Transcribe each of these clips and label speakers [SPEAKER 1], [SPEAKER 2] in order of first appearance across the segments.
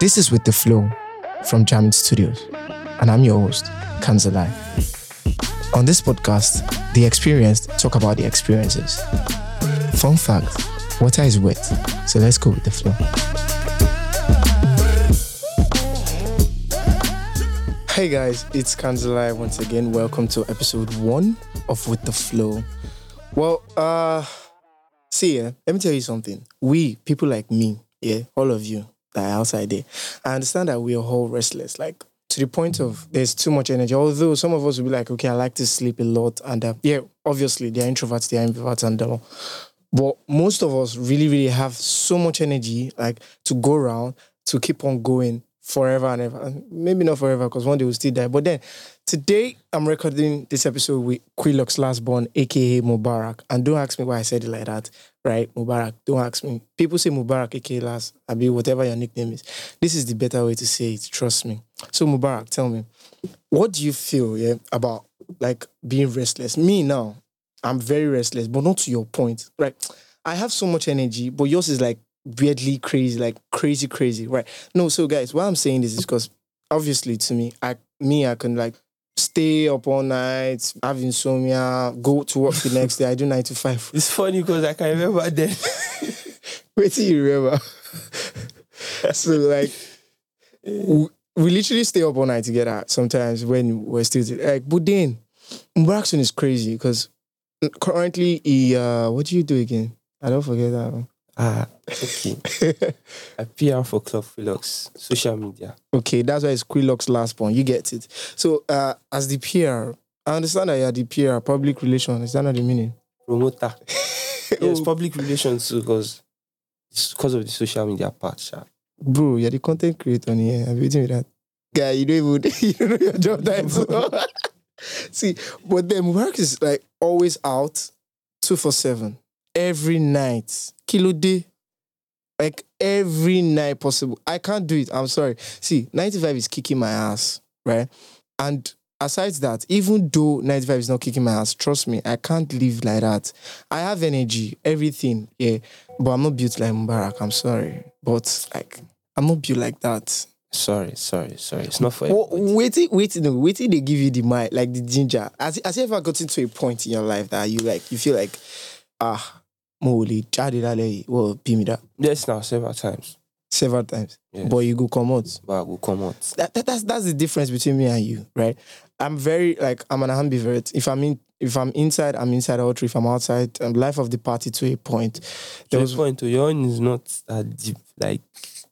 [SPEAKER 1] This is With the Flow from Jammed Studios, and I'm your host, Kanzalai. On this podcast, the experienced talk about the experiences. Fun fact water is wet, so let's go with the flow. Hey guys, it's Kanzalai once again. Welcome to episode one of With the Flow. Well, uh, see, yeah, let me tell you something. We, people like me, yeah, all of you that are outside there, I understand that we are all restless, like to the point of there's too much energy. Although some of us will be like, okay, I like to sleep a lot. And uh, yeah, obviously, they're introverts, they're introverts, and all. But most of us really, really have so much energy, like to go around, to keep on going forever and ever. And maybe not forever, because one day we'll still die. But then today, I'm recording this episode with Quilux Last Born, aka Mubarak. And don't ask me why I said it like that, right? Mubarak, don't ask me. People say Mubarak, aka Last, I be whatever your nickname is. This is the better way to say it, trust me. So, Mubarak, tell me, what do you feel yeah, about like being restless? Me now, I'm very restless, but not to your point. Right. I have so much energy, but yours is like weirdly crazy, like crazy, crazy. Right. No, so guys, why I'm saying this is because obviously to me, I me, I can like stay up all night, have insomnia, go to work the next day. I do nine to five.
[SPEAKER 2] It's funny because I can remember then.
[SPEAKER 1] Wait till you remember. so like we, we literally stay up all night together sometimes when we're still like but then Mubarakson is crazy because currently he uh what do you do again? I don't forget that one.
[SPEAKER 2] ah, okay. I PR for Club Felix, social media.
[SPEAKER 1] Okay, that's why it's Quiloc's last point. You get it. So uh as the PR, I understand that you're the PR, public relations. Is that not the meaning?
[SPEAKER 2] Promoter.
[SPEAKER 1] Oh.
[SPEAKER 2] yes, public relations too, because it's because of the social media part. sha.
[SPEAKER 1] Bro, you're the content creator eh? on here. I'm waiting with that. Guy, you don't even you don't know your job title. See, but then work is like always out two for seven. Every night. Kilo day. Like every night possible. I can't do it. I'm sorry. See, 95 is kicking my ass, right? And aside that, even though 95 is not kicking my ass, trust me, I can't live like that. I have energy, everything, yeah. But I'm not built like Mubarak. I'm sorry. But like I'm not built like that.
[SPEAKER 2] Sorry, sorry, sorry. It's not for
[SPEAKER 1] Well, wait, till- wait, till- no, wait till they give you the mic, like the ginger. Has, has you ever gotten to a point in your life that you like, you feel like, ah, moly, chadi lale, well, be me that
[SPEAKER 2] Yes, now several times,
[SPEAKER 1] several times,
[SPEAKER 2] Yes.
[SPEAKER 1] but you go come out.
[SPEAKER 2] but I will come out.
[SPEAKER 1] That, that, that's that's the difference between me and you, right? I'm very like I'm an ambivert. If I'm in, if I'm inside, I'm inside out. If I'm outside, I'm life of the party to a point. There
[SPEAKER 2] There
[SPEAKER 1] was
[SPEAKER 2] point to your own is not that deep. Like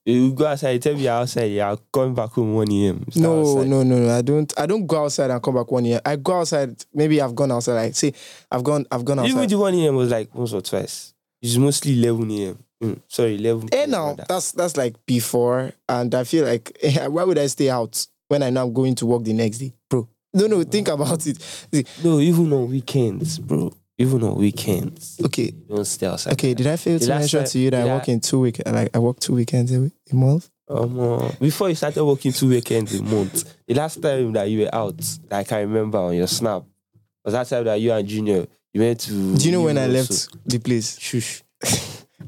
[SPEAKER 2] you go outside, tell me you're outside, yeah, I'll come back home 1 a.m. It's not
[SPEAKER 1] No,
[SPEAKER 2] outside.
[SPEAKER 1] no, no, no. I don't. I don't go outside and come back one year. I go outside. Maybe I've gone outside. Like, see, I've gone. I've gone outside.
[SPEAKER 2] Even the 1 a.m. was like once or twice. It's mostly 11 a.m. Mm, sorry, 11.
[SPEAKER 1] Eh,
[SPEAKER 2] p.m.
[SPEAKER 1] now
[SPEAKER 2] rather.
[SPEAKER 1] that's that's like before, and I feel like eh, why would I stay out when I know I'm going to work the next day, bro? No, no. Think about it. See,
[SPEAKER 2] No, even on weekends, bro. Even on weekends,
[SPEAKER 1] okay,
[SPEAKER 2] you don't stay outside.
[SPEAKER 1] okay. Did I fail
[SPEAKER 2] The
[SPEAKER 1] to
[SPEAKER 2] last
[SPEAKER 1] mention
[SPEAKER 2] time-
[SPEAKER 1] to you that I
[SPEAKER 2] the
[SPEAKER 1] work in two week? Like I work two weekends a, week, a month.
[SPEAKER 2] Um, uh, before you started working two weekends a month, the last time that you were out, like I remember on your snap, was that time that you and Junior you went to.
[SPEAKER 1] Do you know when I
[SPEAKER 2] Europe,
[SPEAKER 1] left
[SPEAKER 2] so-
[SPEAKER 1] the place?
[SPEAKER 2] Shush.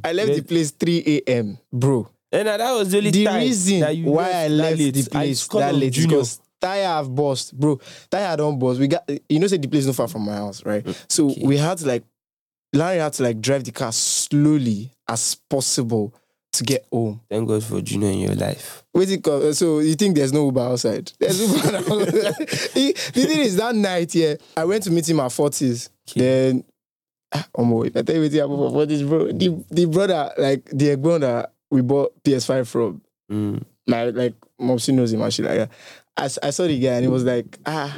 [SPEAKER 1] I left the
[SPEAKER 2] Then-
[SPEAKER 1] place three a.m. Bro,
[SPEAKER 2] And Eh, that was the only
[SPEAKER 1] the
[SPEAKER 2] time
[SPEAKER 1] reason
[SPEAKER 2] that you
[SPEAKER 1] why I
[SPEAKER 2] that
[SPEAKER 1] left
[SPEAKER 2] late.
[SPEAKER 1] the
[SPEAKER 2] I-
[SPEAKER 1] place
[SPEAKER 2] because
[SPEAKER 1] that
[SPEAKER 2] of
[SPEAKER 1] late
[SPEAKER 2] Junior.
[SPEAKER 1] because tire have bust, bro. Tire don't bust. We got you know say the place not far from my house, right? So
[SPEAKER 2] Mm. Okay.
[SPEAKER 1] we had to like Larry had to like drive the car slowly as possible to get home.
[SPEAKER 2] Thank God for Junior in your life.
[SPEAKER 1] Wait, it co- so you think there's no Uber outside? There's Uber. outside. the thing is that night, yeah, I went to meet him at forties.
[SPEAKER 2] Okay.
[SPEAKER 1] Then, ah, omo, if I tell you what happened for forties, bro. The the brother, like the brother we bought PS5 from,
[SPEAKER 2] Mm.
[SPEAKER 1] my like Mopsy knows him and shit like that. I, s- I saw the guy and he was like, ah,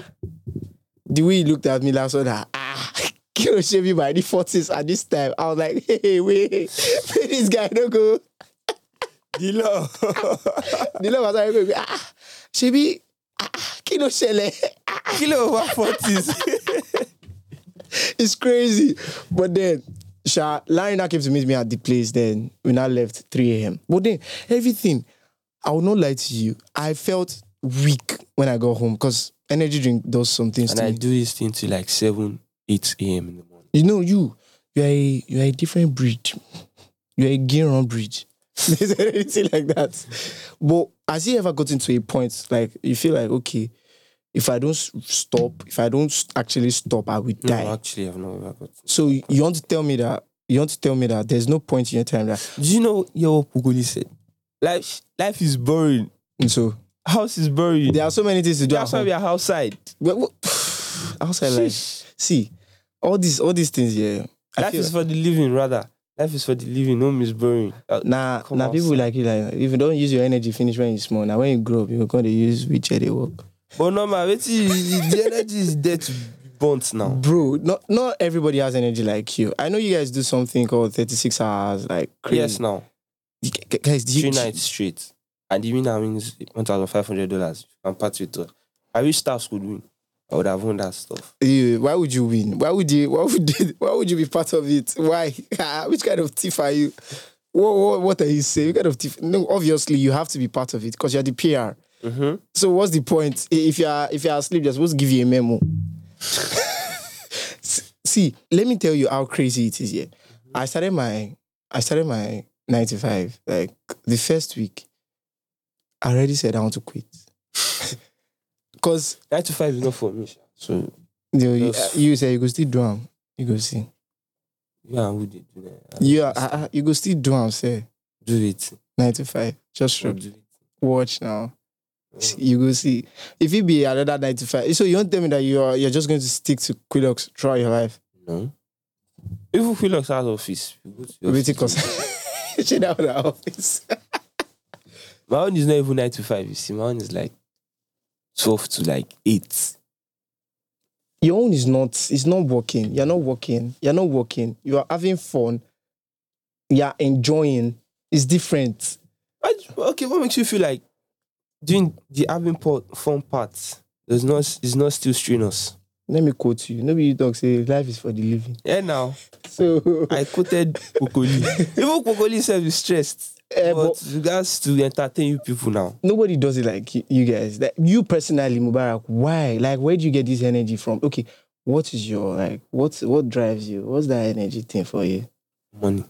[SPEAKER 1] the way he looked at me last one, ah, kill shave you by the forties at this time. I was like, hey, wait, wait this guy don't go.
[SPEAKER 2] The law.
[SPEAKER 1] The love was like, ah, shebi, ah, kilo shele.
[SPEAKER 2] Kilo over 40s.
[SPEAKER 1] It's crazy. But then, Sha, Larry now came to meet me at the place then. We now left 3 a.m. But then, everything, I will not lie to you, I felt weak when I got home because energy drink does some things
[SPEAKER 2] and
[SPEAKER 1] to
[SPEAKER 2] I
[SPEAKER 1] me.
[SPEAKER 2] do this thing till like 7, 8 a.m. in the morning.
[SPEAKER 1] You know, you, you are a, you are a different breed. You are a gear on breed. There's anything like that. But has he ever gotten to a point like you feel like okay, if I don't s- stop, if I don't s- actually stop, I will die.
[SPEAKER 2] No, actually, I've not ever got.
[SPEAKER 1] So you want to tell me that you want to tell me that there's no point in your time that
[SPEAKER 2] Do you know yeah, what Pugoli said? Life, life is boring.
[SPEAKER 1] and so
[SPEAKER 2] House is boring.
[SPEAKER 1] there are so many things to do. at
[SPEAKER 2] That's why
[SPEAKER 1] home.
[SPEAKER 2] we are outside.
[SPEAKER 1] Well, well, outside life.
[SPEAKER 2] Sheesh.
[SPEAKER 1] See, all these all these things here. I
[SPEAKER 2] Life
[SPEAKER 1] feel
[SPEAKER 2] is for the living, rather. Life is for the living. Home is boring. Uh,
[SPEAKER 1] Nah,
[SPEAKER 2] Come
[SPEAKER 1] nah,
[SPEAKER 2] on,
[SPEAKER 1] people like you like if you don't use your energy finish when you small. Now when you grow up, you're gonna use which they work.
[SPEAKER 2] But no, man, wait till- the energy is there to burnt now.
[SPEAKER 1] Bro, not not everybody has energy like you. I know you guys do something called 36 hours, like crazy.
[SPEAKER 2] Yes, now.
[SPEAKER 1] You g- g- guys, do you,
[SPEAKER 2] Three nights straight. And the winner wins $1,500. And part with it. I wish staffs could win. I would have won that stuff.
[SPEAKER 1] Eh, why would you win? Why would you why would you, why would you be part of it? Why? Ah, which kind of thief are you? What, what, what are you saying? What kind of thief? No, obviously you have to be part of it because you're the PR.
[SPEAKER 2] Mm-hmm.
[SPEAKER 1] So what's the point? I- If you're if you're asleep, they're supposed to give you a memo. S- See, let me tell you how crazy it is here. I started my I started my 95, like the first week. I already said I want to quit. Cause
[SPEAKER 2] Nine to five is not for me. sha. So,
[SPEAKER 1] you, know, you,
[SPEAKER 2] Yes.
[SPEAKER 1] you say you go still do am. You go see.
[SPEAKER 2] yeah, who did do that?
[SPEAKER 1] You are, ah, ah, you go still do am, say
[SPEAKER 2] Do it.
[SPEAKER 1] 95. Just
[SPEAKER 2] Sure.
[SPEAKER 1] shrug.
[SPEAKER 2] Do it.
[SPEAKER 1] watch now.
[SPEAKER 2] Mm.
[SPEAKER 1] You go see. If it be another 95, so you don't tell me that you are you're just going to stick to Quillox throughout your life.
[SPEAKER 2] No. Even Quillox has office. You go to your
[SPEAKER 1] Waiting
[SPEAKER 2] office.
[SPEAKER 1] cause shit out of the office.
[SPEAKER 2] My own is not even nine to five. You see, my own is like twelve to like eight.
[SPEAKER 1] Your own is not it's not working. You're not working. You're not working. You are having fun. You're enjoying. It's different.
[SPEAKER 2] Why- Okay, what makes you feel like doing the having part, fun part does not is not still strenuous?
[SPEAKER 1] Let me quote you. Nobody you talk say life is for the living.
[SPEAKER 2] Yeah, now
[SPEAKER 1] So
[SPEAKER 2] I quoted Kokoli. Even Kokoli himself is stressed.
[SPEAKER 1] eh,
[SPEAKER 2] but,
[SPEAKER 1] but
[SPEAKER 2] you guys to entertain you people now.
[SPEAKER 1] nobody does it like you, you guys. Like, you personally, Mubarak, why? Like, where do you get this energy from? Okay, what is your like? What what drives you? What's that energy thing for you?
[SPEAKER 2] Money.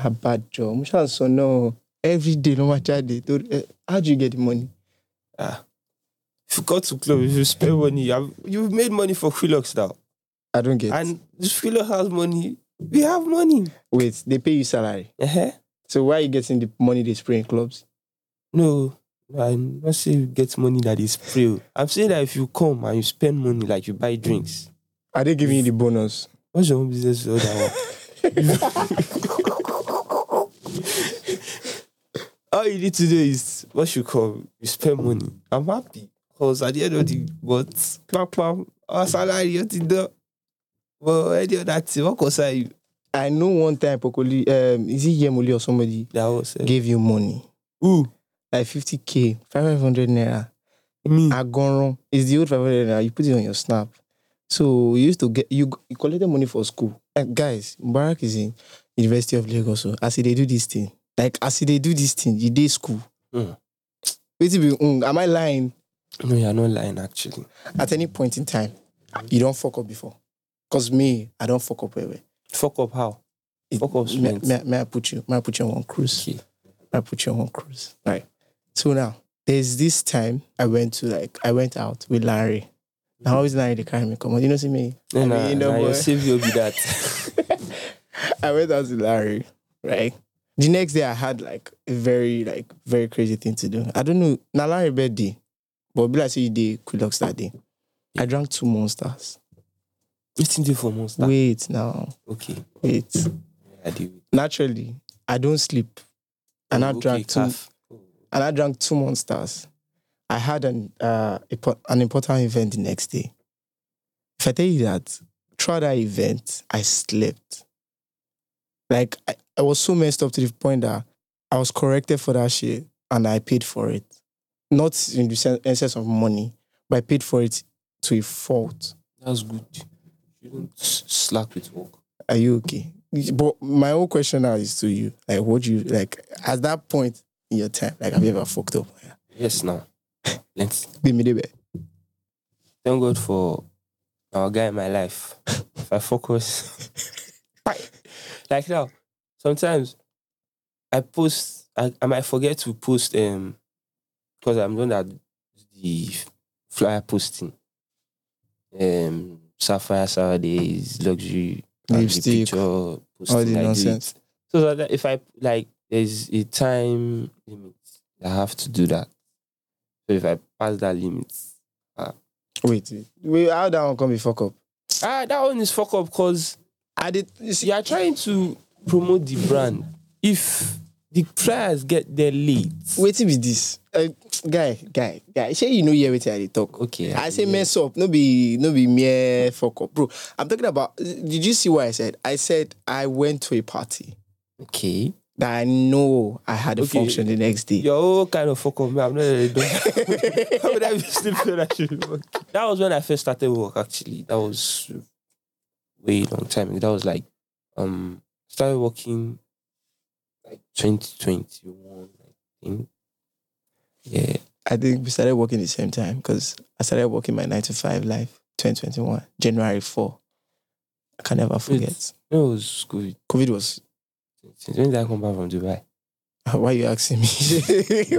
[SPEAKER 1] Abajo, Mushanso, no. Every day, no matter the day. eh, How do you get the money?
[SPEAKER 2] Ah. If you go to club, if you spend money, you have, you've made money for Quillox now.
[SPEAKER 1] I don't get.
[SPEAKER 2] And if Quillox has money, we have money.
[SPEAKER 1] Wait, they pay you salary.
[SPEAKER 2] Uh-huh.
[SPEAKER 1] So why are you getting the money they spray in clubs?
[SPEAKER 2] No, I'm not saying you get money that is free. I'm saying that if you come and you spend money, like you buy drinks,
[SPEAKER 1] Are they giving you the bonus?
[SPEAKER 2] what's your own business with all that one? all you need to do is what you call you spend money. I'm happy because at the end of the but clap clap our salary you think that well any other thing what concern you
[SPEAKER 1] I know one time Pokoli, um, is it Yemuli or somebody
[SPEAKER 2] that was uh,
[SPEAKER 1] gave you money
[SPEAKER 2] ooh
[SPEAKER 1] like 50k, 500 naira.
[SPEAKER 2] me
[SPEAKER 1] Ah. Agonron is the old 500 naira. You put it on your snap. So you used to get you, you collected money for school. And guys, Mubarak is in University of Lagos. So as they do this thing, like as they do this thing, you did school.
[SPEAKER 2] Mm.
[SPEAKER 1] Wait, till we- mm, am I lying?
[SPEAKER 2] no you're not lying actually
[SPEAKER 1] At any point in time, you don't fuck up before. Cause me, I don't fuck up anyway.
[SPEAKER 2] fuck up how
[SPEAKER 1] It-
[SPEAKER 2] Fuck up
[SPEAKER 1] may,
[SPEAKER 2] students.
[SPEAKER 1] may, may I put you? May I put you on one cruise?
[SPEAKER 2] okay
[SPEAKER 1] I put you on one cruise. Right. So now there's this time I went to like I went out with Larry. Now always Larry they carry me come on. You know see me? I
[SPEAKER 2] then
[SPEAKER 1] mean,
[SPEAKER 2] Mm-hmm. nah,
[SPEAKER 1] you know
[SPEAKER 2] nah, your
[SPEAKER 1] what?
[SPEAKER 2] savior be that
[SPEAKER 1] I went out with Larry, right? The next day I had like a very like very crazy thing to do. I don't know. Now Larry birthday, but be like say you did Quillox that day. I drank two monsters.
[SPEAKER 2] it's in the for monster
[SPEAKER 1] Wait now,
[SPEAKER 2] okay
[SPEAKER 1] wait.
[SPEAKER 2] I do.
[SPEAKER 1] Naturally, I don't sleep, and I
[SPEAKER 2] Oh, Okay,
[SPEAKER 1] drank two
[SPEAKER 2] calf.
[SPEAKER 1] and I drank two monsters. I had an uh, impo- an important event the next day. If I tell you that throughout that event, I slept. Like I, I was so messed up to the point that I was corrected for that shit and I paid for it. Not in the sen- in sense of money, but I paid for it to a fault.
[SPEAKER 2] That's good. You don't s- slack with work.
[SPEAKER 1] Are you okay? But my whole question now is to you. Like, what do you like at that point in your time? Like, have you ever fucked up?
[SPEAKER 2] Yes, now. Let's
[SPEAKER 1] Be me, baby.
[SPEAKER 2] thank God for our guy in my life. If I focus, like now, sometimes I post I, I might forget to post um because I'm the one that does the flyer posting. Um Sapphire Saturdays, luxury and the
[SPEAKER 1] Lipstick,
[SPEAKER 2] picture posting.
[SPEAKER 1] all the
[SPEAKER 2] I do it.
[SPEAKER 1] nonsense.
[SPEAKER 2] So that if I like there's a time limit. I have to do that. So if I pass that limit.
[SPEAKER 1] Wait, wait, wait, how that one come be fuck up?
[SPEAKER 2] Ah, that one is fuck up because
[SPEAKER 1] I did. You see,
[SPEAKER 2] you are trying to promote the brand. If the flyers get there late,
[SPEAKER 1] waiting be this, uh, guy, guy, guy. Say you know here waiting I dey talk.
[SPEAKER 2] okay.
[SPEAKER 1] I say mess up, no be no be mere fuck up, bro. I'm talking about. Did you see what I said? I said I went to a party
[SPEAKER 2] Okay.
[SPEAKER 1] that I know I had a
[SPEAKER 2] Okay.
[SPEAKER 1] function the next day.
[SPEAKER 2] Your whole kind of fuck up, man. I'm not really done. How would I be sleeping when I should be working? That was when I first started work, actually. That was way long time ago. That was like, um, started working like 2021, I think. Yeah.
[SPEAKER 1] I think we started working the same time because I started working my nine to five life, 2021, January 4. I can never forget.
[SPEAKER 2] It was good.
[SPEAKER 1] COVID was.
[SPEAKER 2] When did I come back from Dubai?
[SPEAKER 1] Why you asking me?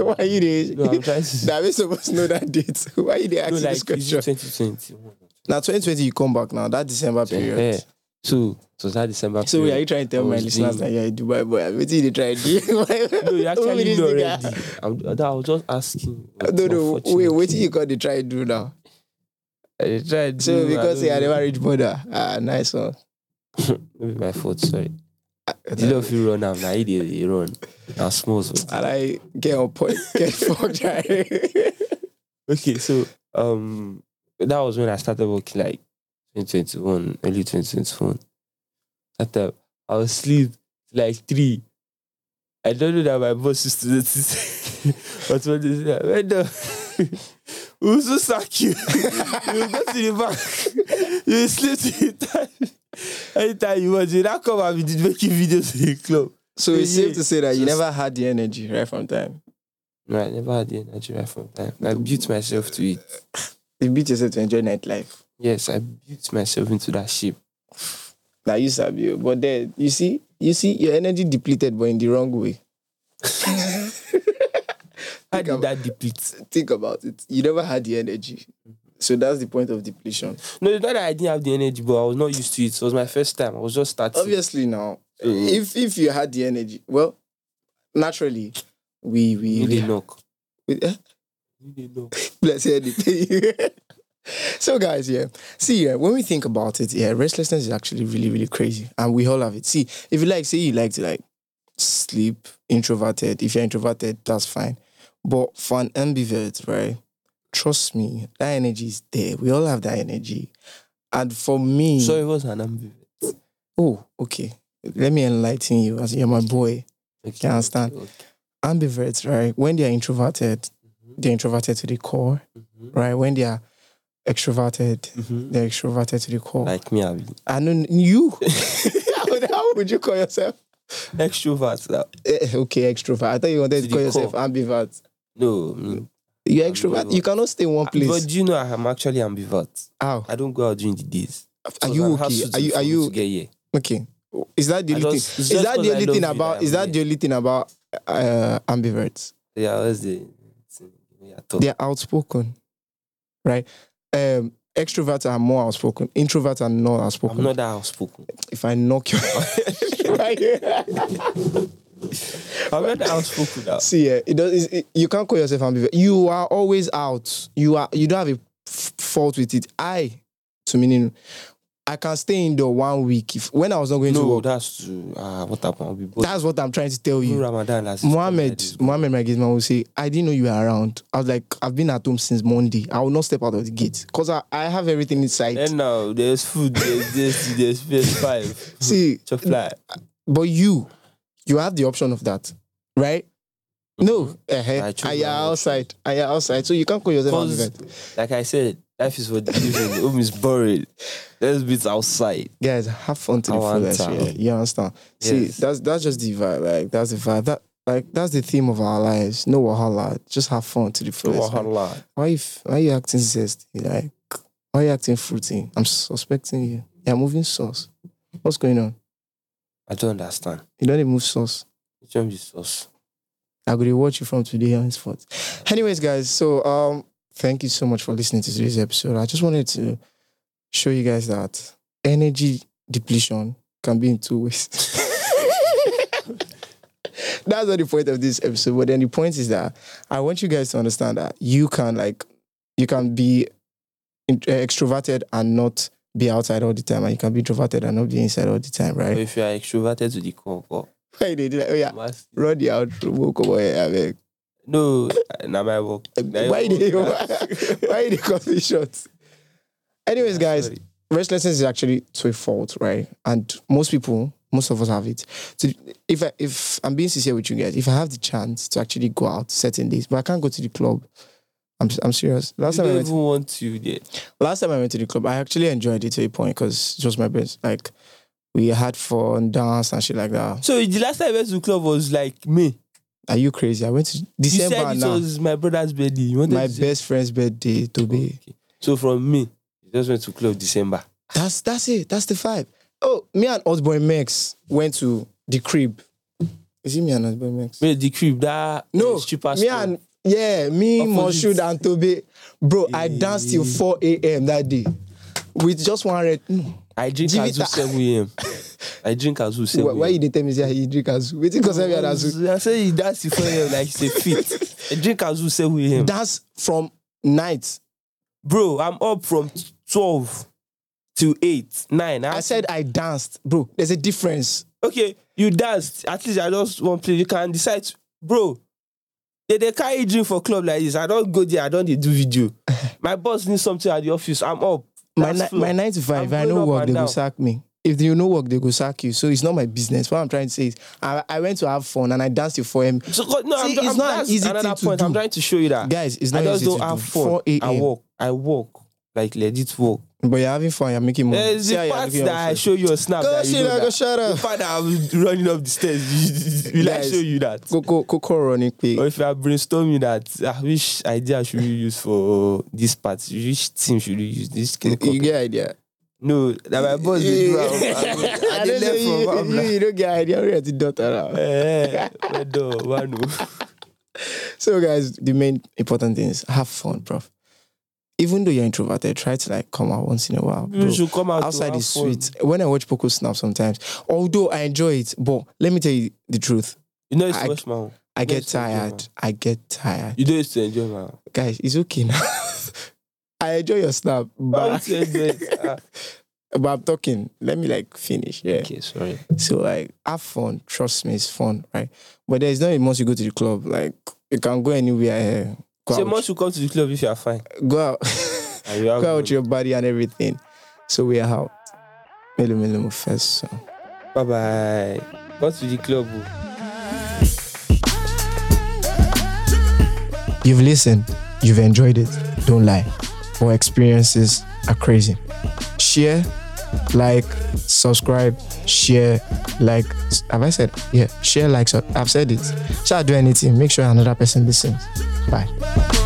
[SPEAKER 1] Why you did?
[SPEAKER 2] No, I'm trying to.
[SPEAKER 1] That we supposed to know that date. Why you did ask
[SPEAKER 2] no,
[SPEAKER 1] this
[SPEAKER 2] like, is
[SPEAKER 1] question?
[SPEAKER 2] it 2021?
[SPEAKER 1] Now 2020, you come back now. That December period.
[SPEAKER 2] Yeah. So, so that December.
[SPEAKER 1] So
[SPEAKER 2] period.
[SPEAKER 1] are you trying to tell
[SPEAKER 2] I
[SPEAKER 1] my
[SPEAKER 2] was
[SPEAKER 1] listeners
[SPEAKER 2] doing-
[SPEAKER 1] that you're a Dubai boy? I'm waiting to try do.
[SPEAKER 2] No, you
[SPEAKER 1] Who
[SPEAKER 2] actually
[SPEAKER 1] is
[SPEAKER 2] know
[SPEAKER 1] the guy?
[SPEAKER 2] already. I'm, uh, that I was just asking.
[SPEAKER 1] Uh, No, no, wait, wait till
[SPEAKER 2] Unfortunately.
[SPEAKER 1] you got to try do now.
[SPEAKER 2] Mm, I tried.
[SPEAKER 1] So because you are never reach border. Ah, nice one. Ah,
[SPEAKER 2] Maybe my fault. Sorry.
[SPEAKER 1] I
[SPEAKER 2] The love you run now. Now you dey- dey run. Now small. So.
[SPEAKER 1] And I get on point, get fucked right.
[SPEAKER 2] Okay, so um, that was when I started working, like 2021, early 2021. That time, I was asleep till, like three. I don't know that my boss used to notice. but when they said, when the we will soon sack you. you go to the bank. you will sleep till the time. Anytime you want, you now come and be making videos in the club.
[SPEAKER 1] So it's
[SPEAKER 2] Yeah,
[SPEAKER 1] safe to say that you
[SPEAKER 2] just-
[SPEAKER 1] never had the energy right from time.
[SPEAKER 2] No, I never had the energy right from time. I built myself to it.
[SPEAKER 1] You beat yourself to enjoy nightlife.
[SPEAKER 2] Yes, I built myself into that shape.
[SPEAKER 1] Now you sabi. o. But then you see, you see your energy depleted but in the wrong way.
[SPEAKER 2] How
[SPEAKER 1] Think
[SPEAKER 2] did that deplete?
[SPEAKER 1] Think about it. You never had the energy. So that's the point of depletion.
[SPEAKER 2] No, it's not that I didn't have the energy, but I was not used to it. It was my first time. I was just starting.
[SPEAKER 1] Obviously now,
[SPEAKER 2] Mm.
[SPEAKER 1] if if you had the energy, well, naturally, we we,
[SPEAKER 2] You
[SPEAKER 1] we,
[SPEAKER 2] didn't knock.
[SPEAKER 1] we eh?
[SPEAKER 2] You didn't knock.
[SPEAKER 1] Let's hear the So, guys, yeah. See, yeah, when we think about it, yeah, restlessness is actually really, really crazy. And we all have it. See, if you like, say you like to like sleep, introverted. If you're introverted, that's fine. But for an ambivert, right? Trust me, that energy is there. We all have that energy. And for me,
[SPEAKER 2] So it was an ambivert.
[SPEAKER 1] oh, okay. Let me enlighten you as you're my boy.
[SPEAKER 2] Okay.
[SPEAKER 1] I understand.
[SPEAKER 2] Okay.
[SPEAKER 1] Ambiverts, right? When they're introverted,
[SPEAKER 2] Mhm,
[SPEAKER 1] they're introverted to the core,
[SPEAKER 2] mhm,
[SPEAKER 1] right? When they are extroverted,
[SPEAKER 2] mhm.
[SPEAKER 1] they're extroverted to the core.
[SPEAKER 2] Like me, Abby.
[SPEAKER 1] I know you. how, would- how would you call yourself?
[SPEAKER 2] Extrovert. That.
[SPEAKER 1] Eh, okay, extrovert. I thought you wanted
[SPEAKER 2] To
[SPEAKER 1] to
[SPEAKER 2] the
[SPEAKER 1] call yourself
[SPEAKER 2] core.
[SPEAKER 1] ambivert.
[SPEAKER 2] No, me.
[SPEAKER 1] You're extrovert.
[SPEAKER 2] Ambivert. Ah,
[SPEAKER 1] You cannot stay in one place.
[SPEAKER 2] But do you know I'm actually ambivert?
[SPEAKER 1] How?
[SPEAKER 2] I don't go out during the days.
[SPEAKER 1] Are you
[SPEAKER 2] It was an
[SPEAKER 1] okay?
[SPEAKER 2] hassle to-
[SPEAKER 1] Are you?
[SPEAKER 2] for
[SPEAKER 1] Are
[SPEAKER 2] me
[SPEAKER 1] you
[SPEAKER 2] To get here.
[SPEAKER 1] okay? Is that the
[SPEAKER 2] I
[SPEAKER 1] only thing?
[SPEAKER 2] just- it's
[SPEAKER 1] Is
[SPEAKER 2] just
[SPEAKER 1] that
[SPEAKER 2] 'cause
[SPEAKER 1] the
[SPEAKER 2] I
[SPEAKER 1] only
[SPEAKER 2] love
[SPEAKER 1] thing
[SPEAKER 2] you that
[SPEAKER 1] about?
[SPEAKER 2] I'm
[SPEAKER 1] Is that
[SPEAKER 2] here.
[SPEAKER 1] the only thing about uh, ambiverts?
[SPEAKER 2] Yeah, that's the. Yeah, talk.
[SPEAKER 1] They're outspoken, right? Um, extroverts are more outspoken. Introverts are not
[SPEAKER 2] I'm
[SPEAKER 1] outspoken.
[SPEAKER 2] not that outspoken.
[SPEAKER 1] if I knock you, right here.
[SPEAKER 2] I'm not that outspoken. Now.
[SPEAKER 1] See, yeah, it does. it's- It, you can't call yourself ambivert. You are always out. You are. You don't have a f- fault with it. I, to meaning, I can stay indoor one week if when I was not going to
[SPEAKER 2] No,
[SPEAKER 1] work.
[SPEAKER 2] that's true. Ah, what happened? I'll be both.
[SPEAKER 1] That's what I'm trying to tell you.
[SPEAKER 2] Ramadan last
[SPEAKER 1] Mohammed,
[SPEAKER 2] Friday.
[SPEAKER 1] Mohammed, my gate man will say, I didn't know you were around. I was like, I've been at home since Monday. I will not step out of the gate because I, I have everything inside.
[SPEAKER 2] And now there's food, there's this, there's PS5.
[SPEAKER 1] See,
[SPEAKER 2] to fly.
[SPEAKER 1] but you, you have the option of that, right? No, uh-huh.
[SPEAKER 2] I choose
[SPEAKER 1] I am
[SPEAKER 2] my option.
[SPEAKER 1] outside. I am outside. So you can't call yourself
[SPEAKER 2] Because,
[SPEAKER 1] ambivert.
[SPEAKER 2] like I said, life is for the living. Home is boring. There's bits outside.
[SPEAKER 1] guys have fun to the
[SPEAKER 2] I want
[SPEAKER 1] fullest.
[SPEAKER 2] to.
[SPEAKER 1] Yeah, you understand? See,
[SPEAKER 2] Yes.
[SPEAKER 1] that's that's just the vibe. Like that's the vibe. That like that's the theme of our lives. No wahala. Just have fun to the fullest. man.
[SPEAKER 2] Wahala.
[SPEAKER 1] Why you f- why you acting zesty? Like why you acting fruity? I'm suspecting you. You're moving sauce. What's going on?
[SPEAKER 2] I don't understand.
[SPEAKER 1] You don't even move sauce.
[SPEAKER 2] Which one is sauce?
[SPEAKER 1] I could watch you from today henceforth. Anyways, guys, so um, thank you so much for listening to today's episode. I just wanted to show you guys that energy depletion can be in two ways. That's not the point of this episode, but then the point is that I want you guys to understand that you can like you can be in- eh, extroverted and not be outside all the time, and you can be introverted and not be inside all the time,
[SPEAKER 2] But
[SPEAKER 1] right?
[SPEAKER 2] if you are extroverted to the core, but
[SPEAKER 1] Why they do that? Oh, yeah,
[SPEAKER 2] must-
[SPEAKER 1] run the outro, walk over here, I beg.
[SPEAKER 2] no, na my work. na
[SPEAKER 1] Eh, why
[SPEAKER 2] your
[SPEAKER 1] they
[SPEAKER 2] work,
[SPEAKER 1] why they cut me short? Anyways, guys,
[SPEAKER 2] Sorry.
[SPEAKER 1] restlessness is actually to a fault, right? And most people, most of us have it. So if I, if I'm being sincere with you guys, if I have the chance to actually go out certain days, but I can't go to the club. I'm I'm serious. Last time
[SPEAKER 2] You
[SPEAKER 1] I
[SPEAKER 2] don't
[SPEAKER 1] went,
[SPEAKER 2] even want to there.
[SPEAKER 1] last time I went to the club, I actually enjoyed it to a point because it was my best. Like we had fun, dance and shit like that.
[SPEAKER 2] So the last time I went to club was like me.
[SPEAKER 1] Are you crazy? I went to
[SPEAKER 2] You
[SPEAKER 1] December
[SPEAKER 2] said it
[SPEAKER 1] now.
[SPEAKER 2] was my brother's birthday. You wanted
[SPEAKER 1] my
[SPEAKER 2] to say-
[SPEAKER 1] best friend's birthday to be.
[SPEAKER 2] Okay. So from me, you just went to club December.
[SPEAKER 1] That's that's it. That's the vibe. Oh, me and Oldboy Max went to the crib. Is it me and Oldboy Max?
[SPEAKER 2] Wait, the crib that
[SPEAKER 1] No,
[SPEAKER 2] cheaper
[SPEAKER 1] me and yeah, me,
[SPEAKER 2] Opposite.
[SPEAKER 1] Moshood, and Toby. Bro, I danced till 4 a.m. that day. With just one red. Mm.
[SPEAKER 2] I drink
[SPEAKER 1] Give
[SPEAKER 2] as
[SPEAKER 1] it a-
[SPEAKER 2] 7 a.m. I drink as 7
[SPEAKER 1] Why,
[SPEAKER 2] a.m.
[SPEAKER 1] why you didn't tell me say you drink as waiting because I had as
[SPEAKER 2] Mm, I say you dance till 4 a.m. like say fit. I drink as 7 a.m.
[SPEAKER 1] dance from night.
[SPEAKER 2] Bro, I'm up from 12 to 8, 9.
[SPEAKER 1] I said I danced, bro. There's a difference.
[SPEAKER 2] okay, you danced. At least I just want play. You can decide, to- bro. They, they carry drink for club like this. I don't go there. I don't dey do video. My boss needs something at the office. I'm up.
[SPEAKER 1] My,
[SPEAKER 2] That's
[SPEAKER 1] ni-
[SPEAKER 2] flow.
[SPEAKER 1] my nine to five,
[SPEAKER 2] I'm
[SPEAKER 1] if I
[SPEAKER 2] going
[SPEAKER 1] know
[SPEAKER 2] up
[SPEAKER 1] work,
[SPEAKER 2] and
[SPEAKER 1] they
[SPEAKER 2] down.
[SPEAKER 1] go sack me. If you know work, they go sack you. So it's not my business. What I'm trying to say is I, I went to have fun and I danced till 4 a.m.
[SPEAKER 2] So, God, no,
[SPEAKER 1] See, it's
[SPEAKER 2] I'm, I'm,
[SPEAKER 1] not an
[SPEAKER 2] that's
[SPEAKER 1] easy
[SPEAKER 2] another
[SPEAKER 1] thing to
[SPEAKER 2] point. I'm
[SPEAKER 1] do.
[SPEAKER 2] trying to show you that.
[SPEAKER 1] Guys, it's
[SPEAKER 2] I
[SPEAKER 1] not
[SPEAKER 2] just
[SPEAKER 1] easy
[SPEAKER 2] don't
[SPEAKER 1] to
[SPEAKER 2] have
[SPEAKER 1] do.
[SPEAKER 2] fun.
[SPEAKER 1] 4
[SPEAKER 2] I
[SPEAKER 1] a.m.
[SPEAKER 2] walk. I walk. Like legit walk.
[SPEAKER 1] But you're having fun, you're making money.
[SPEAKER 2] There's
[SPEAKER 1] Hmm. See how
[SPEAKER 2] the
[SPEAKER 1] you're
[SPEAKER 2] part
[SPEAKER 1] looking at
[SPEAKER 2] that I
[SPEAKER 1] yourself.
[SPEAKER 2] show you on snap.
[SPEAKER 1] Go
[SPEAKER 2] that you
[SPEAKER 1] shut
[SPEAKER 2] know
[SPEAKER 1] up, go
[SPEAKER 2] that.
[SPEAKER 1] shut up.
[SPEAKER 2] The part that I'm running up the stairs. Will I
[SPEAKER 1] Guys.
[SPEAKER 2] show you that?
[SPEAKER 1] Koko, Koko running quick.
[SPEAKER 2] Or if you are brainstorming that, uh, which idea should we use for this part? Which team should we use? This kind of-
[SPEAKER 1] You get idea.
[SPEAKER 2] No, that my boss dey do am. I
[SPEAKER 1] I don't
[SPEAKER 2] dey
[SPEAKER 1] know,
[SPEAKER 2] learn from am.
[SPEAKER 1] you, you,
[SPEAKER 2] na.
[SPEAKER 1] you don't get idea. We're at the daughter now.
[SPEAKER 2] Eh, well done, Manu.
[SPEAKER 1] So, guys, the main important thing is have fun, bro. Even though you're introverted, try to like come out once in a while.
[SPEAKER 2] You
[SPEAKER 1] bro.
[SPEAKER 2] should come out to
[SPEAKER 1] Outside
[SPEAKER 2] have
[SPEAKER 1] is
[SPEAKER 2] fun.
[SPEAKER 1] sweet. When I watch Poco Snap sometimes, although I enjoy it, but let me tell you the truth.
[SPEAKER 2] You know, it's
[SPEAKER 1] I-
[SPEAKER 2] much, man.
[SPEAKER 1] I get
[SPEAKER 2] Yes, I do,
[SPEAKER 1] tired.
[SPEAKER 2] man.
[SPEAKER 1] I get tired.
[SPEAKER 2] You don't used to enjoy, man.
[SPEAKER 1] Guys, it's okay now. I enjoy your snap,
[SPEAKER 2] Why
[SPEAKER 1] but
[SPEAKER 2] would you enjoy it? Ah,
[SPEAKER 1] but I'm talking. Let me like finish. Yeah.
[SPEAKER 2] Okay, sorry.
[SPEAKER 1] So like have fun. Trust me, it's fun, right? But there's no once you go to the club, like you can go anywhere. eh, Go
[SPEAKER 2] So
[SPEAKER 1] out,
[SPEAKER 2] much you come to the club if you are fine.
[SPEAKER 1] go out,
[SPEAKER 2] And you have
[SPEAKER 1] go out
[SPEAKER 2] money.
[SPEAKER 1] with your body and everything. So we are out. Melo melo mo first. So.
[SPEAKER 2] Bye bye. Go to the club. oh.
[SPEAKER 1] You've listened, you've enjoyed it, don't lie. Our experiences are crazy. Share, like, subscribe, share, like. Have I said? Yeah, share, like, sub- I've said it. Shall I do anything? Make sure another person listens. Bye.